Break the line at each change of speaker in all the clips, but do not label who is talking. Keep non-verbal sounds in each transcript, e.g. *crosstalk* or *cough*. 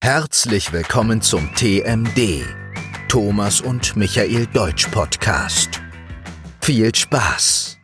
Herzlich willkommen zum TMD, Thomas und Michael Deutsch Podcast. Viel Spaß!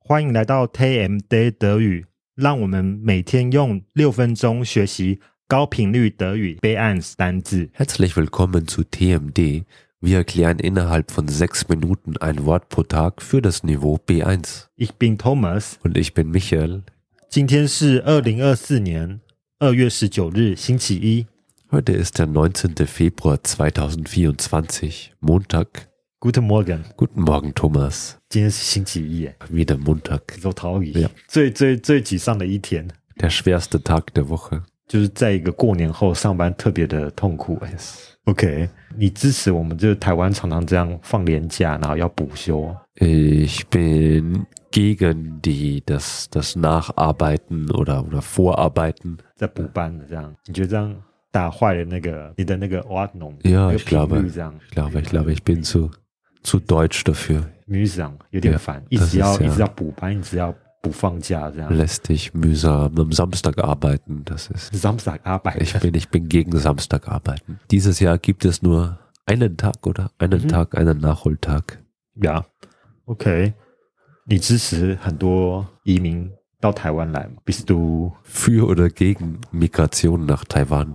欢迎来到 TMD 德语，让我们每天用六分钟学习高频率德语背案单字。
Herzlich willkommen zu TMD. Wir erklären innerhalb von sechs Minuten ein Wort pro Tag für das Niveau B1.
Ich bin Thomas，
Und ich bin Michael.
今天是二零二四年二月十九日星期一。
Heute ist der 19. Februar 2024, Montag.
Guten Morgen，
Guten Morgen, Thomas.
今天是星期一耶，
Wieder Montag.
走逃离。
Ja
最最最沮丧的一天，
Der schwerste Tag der Woche.
就是在一个过年后上班特别的痛苦耶。OK，你支持我们就是台湾常常这样放年假，然后要补休。
Ich bin gegen die, das, das Nacharbeiten oder, oder Vorarbeiten.
在补班的这样，你觉得这样打坏了那个你的那个 o r d n o
呀
那个
ich glaube
频率这样
Ich glaube, ich glaube, ich bin zu, zu deutsch dafür.
迷上有点
Ja，
烦，一直要
das ist
一
ja
直要补班，一直要不放假这样。
Lästig, mühsam, am Samstag arbeiten. Das ist
Samstag
Ich
Arbeit，
bin, ich bin gegen Samstag arbeiten. Dieses Jahr gibt es nur einen Tag, oder? Einen
Mhm.
Tag, einen Nachholtag.
呀，OK，你支持很多移民到台湾来吗？Bist du？
Für oder gegen Migration nach Taiwan?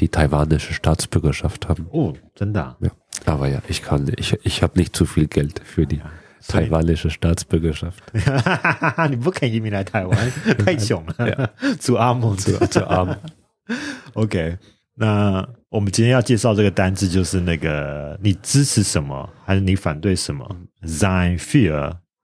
die taiwanische Staatsbürgerschaft haben.
哦，真的、啊， *laughs*
Ja. Aber ja, ich kann, ich, ich habe nicht zu viel Geld für die taiwanische *laughs* Staatsbürgerschaft.
你不肯移民来台 *laughs* 湾，太穷了， *laughs* 祖阿蒙祖
Zu arm.
OK，那我们今天要介绍这个单字，就是那个你支持什么，还是你反对什么？Sein für，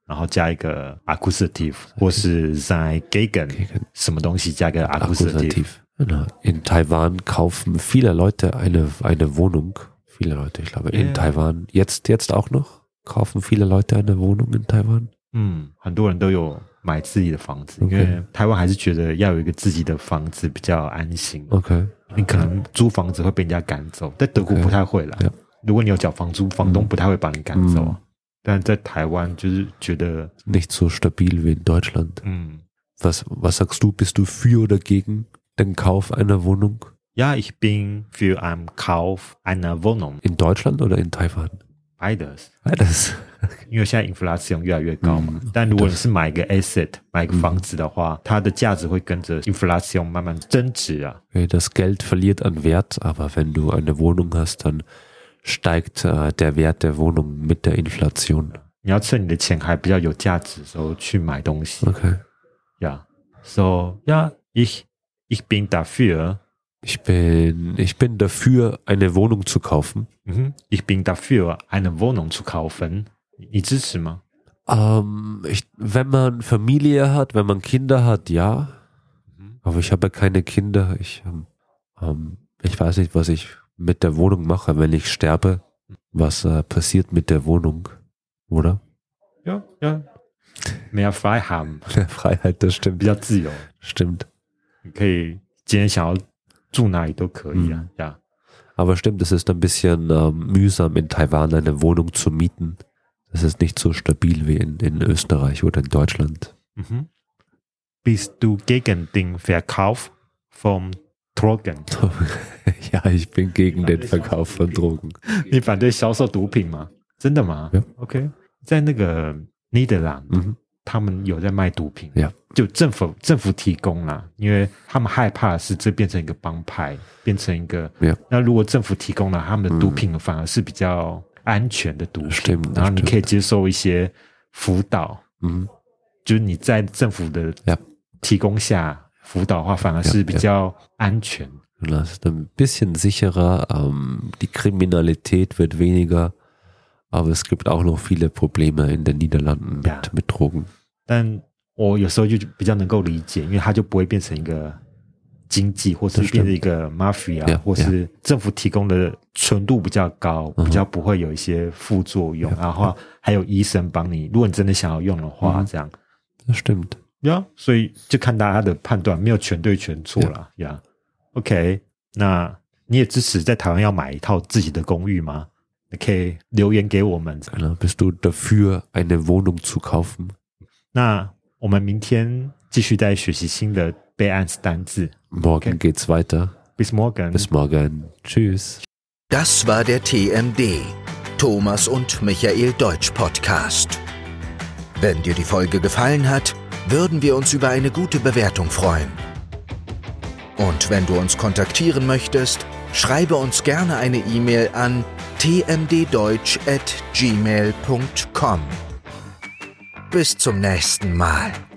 然后加一个 accusative，或是 sein gegen 什么东西，加个 accusative。
Akkusativ. Genau. In Taiwan kaufen viele Leute eine, eine Wohnung. Viele Leute, ich glaube,
Ja.
in Taiwan. Jetzt, jetzt auch noch? Kaufen viele Leute eine Wohnung in Taiwan?
嗯，很多人都有买自己的房子，因
OK
为台湾还是觉得要有一个自己的房子比较安心。
Okay.
你可能租房子会被人家赶走，在德国
OK，
不太会啦
yeah。
如果你有缴房租，房东不太会把你赶走啊
嗯。
但在台湾就是觉得，
Nicht so stabil wie in Deutschland.
嗯。
Was, was sagst du? Bist du für oder gegen den Kauf einer Wohnung?
Ja, ich bin für einen Kauf einer Wohnung.
In Deutschland oder in Taiwan?
Beides.
Beides.
因为现在 inflation 越来越高嘛，
嗯
但如果你是买一个 asset，买一个房子的话，它的价值会跟着 inflation 慢慢增值啊。
Okay, Das Geld verliert an Wert, aber wenn du eine Wohnung hast, dann steigt äh, der Wert der Wohnung mit der Inflation.
你要趁你的钱还比较有价值的时候去买东西
Okay.
呀。So, ja, ich, ich bin dafür,
Ich bin, ich bin dafür, eine Wohnung zu kaufen.
嗯哼，ich bin dafür, eine Wohnung zu kaufen. 你你支持吗？
Ähm, ich, wenn man Familie hat, wenn man Kinder hat, ja.
Mhm.
Aber ich habe keine Kinder. Ich, ähm, ähm, ich weiß nicht, was ich mit der Wohnung mache, wenn ich sterbe. Was äh, passiert mit der Wohnung? *laughs* Oder?
Ja, ja. Mehr Freiheit，
Der Freiheit, das
比
stimmt.
较自由。
Stimmt.
你可以今天想要住哪里都可以啊，呀、
Aber stimmt, es ist ein bisschen ähm, mühsam in Taiwan eine Wohnung zu mieten. Das ist nicht so stabil wie in, in Österreich oder in Deutschland.
Mhm. Bist du gegen den Verkauf von Drogen？
*laughs* Ja, ich bin gegen den Verkauf von Drogen.
你反对销售毒品吗？真的吗、
Yeah.
o k 在那个尼德兰，
Mhm.
他们有在卖毒品
Yeah.
就政府政府提供啦，因为他们害怕是这变成一个帮派，变成一个。
Yeah. 嗯
那如果政府提供了他们的毒品，反而是比较安全的毒品
Stimmt,
然后你可以
stimmt.
接受一些辅导。
Mhm.
就是你在政府的
Yep.
提供下辅导的话，反而是比较安全。
Und Das ist ein bisschen sicherer. Ähm, die Kriminalität wird weniger. Aber es gibt auch noch viele Probleme in den Niederlanden mit,
Ja.
mit Drogen.
但我有时候就比较能够理解，因为它就不会变成一个经济，或是
这
变
stimmt.
成一个 mafia，、
Ja,
或是政府提供的纯度比较高，比较不会有一些副作用。然后还有医生帮你，如果你真的想要用的话，这样
Das stimmt.
ja，所以就看大家的判断，没有全对全错啦。呀、yeah.，OK，那你也支持在台湾要买一套自己的公寓吗？你可以留言给我们。
Genau. Bist du dafür, eine Wohnung zu kaufen?
那我们明天继续再学习新的备案单字。
Morgen
Okay.
geht's weiter.
Bis morgen.
Bis morgen. Tschüss.
Das war der TMD, Thomas und Michael Deutsch Podcast. Wenn dir die Folge gefallen hat, würden wir uns über eine gute Bewertung freuen. Und wenn du uns kontaktieren möchtest, schreibe uns gerne eine E-Mail an tmddeutsch.gmail.com. Bis zum nächsten Mal.